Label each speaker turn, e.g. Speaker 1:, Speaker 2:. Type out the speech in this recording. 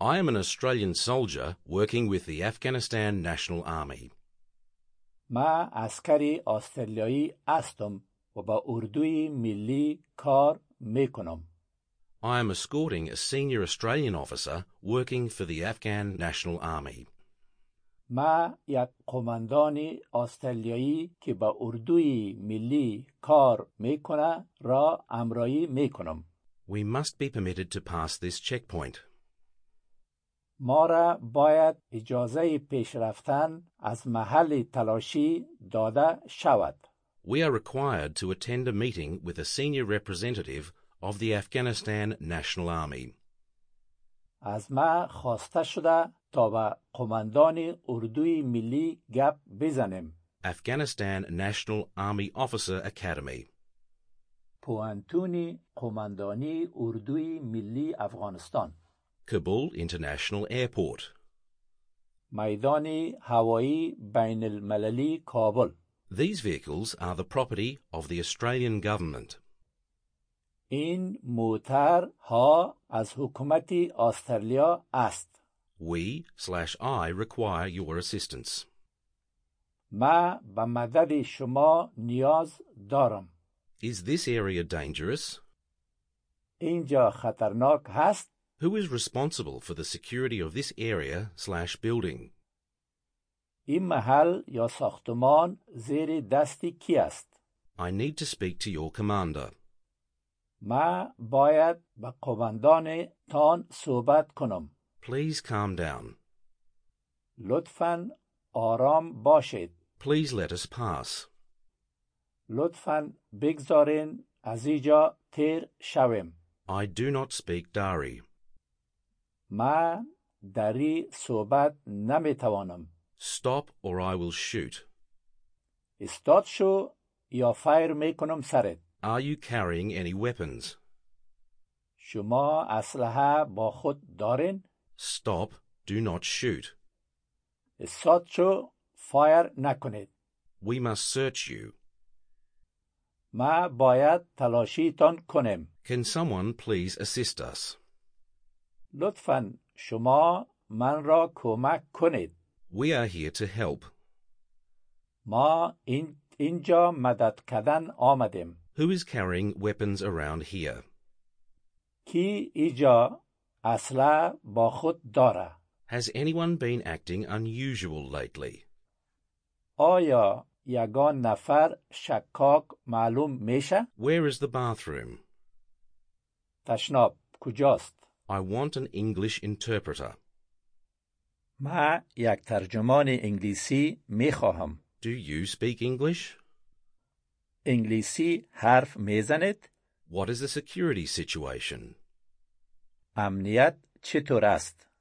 Speaker 1: I am an Australian soldier working with the Afghanistan National Army.
Speaker 2: من عسکری آسترالیایی هستم و با اردوی ملی کار میکنم.
Speaker 1: I am escorting a senior Australian officer working for the Afghan National Army.
Speaker 2: من یک قماندان آسترالیایی که با اردوی ملی کار میکنه را همراهی میکنم.
Speaker 1: We must be permitted to pass this checkpoint.
Speaker 2: ما را باید اجازه پیش رفتن از محل تلاشی داده شود.
Speaker 1: We are required to attend a meeting with a senior representative of the Afghanistan National Army.
Speaker 2: از ما خواسته شده تا به قماندان اردوی ملی گپ بزنیم.
Speaker 1: Afghanistan National Army Officer Academy.
Speaker 2: پوانتون قماندانی اردوی ملی افغانستان
Speaker 1: Kabul International Airport.
Speaker 2: میدان هوایی بین المللی کابل
Speaker 1: These vehicles are the property of the Australian government.
Speaker 2: این موتر ها از حکومت استرالیا است
Speaker 1: We slash I require your assistance.
Speaker 2: ما به مدد شما نیاز دارم
Speaker 1: Is this area dangerous?
Speaker 2: اینجا خطرناک هست
Speaker 1: Who is responsible for the security of this area slash building?
Speaker 2: این محل یا ساختمان زیر دست کی است
Speaker 1: I need to speak to your commander.
Speaker 2: ما باید به قماندان تان صحبت کنم
Speaker 1: Please calm down.
Speaker 2: لطفا آرام باشید
Speaker 1: Please let us pass.
Speaker 2: لطفا بگذارین از اینجا تیر شویم
Speaker 1: I do not speak Dari.
Speaker 2: من دری صحبت نمیتوانم
Speaker 1: Stop or I will shoot.
Speaker 2: استاد شو یا فیر میکنم سرت
Speaker 1: Are you carrying any weapons?
Speaker 2: شما اسلحه با خود دارین
Speaker 1: Stop. Do not shoot.
Speaker 2: استاد شو فایر نکنید
Speaker 1: We must search you.
Speaker 2: ما باید تلاشیتان کنیم
Speaker 1: Can someone please assist us?
Speaker 2: لطفا شما من را کمک کنید
Speaker 1: We are here to help.
Speaker 2: ما این اینجا مدد کردن آمدیم
Speaker 1: Who is carrying weapons around here?
Speaker 2: کی ایجا اصلا با خود داره
Speaker 1: Has anyone been acting unusual lately?
Speaker 2: آیا یگان نفر شکاک معلوم میشه؟
Speaker 1: Where is the bathroom?
Speaker 2: تشناب کجاست؟
Speaker 1: I want an English interpreter.
Speaker 2: ما یک ترجمان انگلیسی میخواهم.
Speaker 1: Do you speak English?
Speaker 2: انگلیسی حرف میزنید؟
Speaker 1: What is the security situation?
Speaker 2: امنیت چطور است؟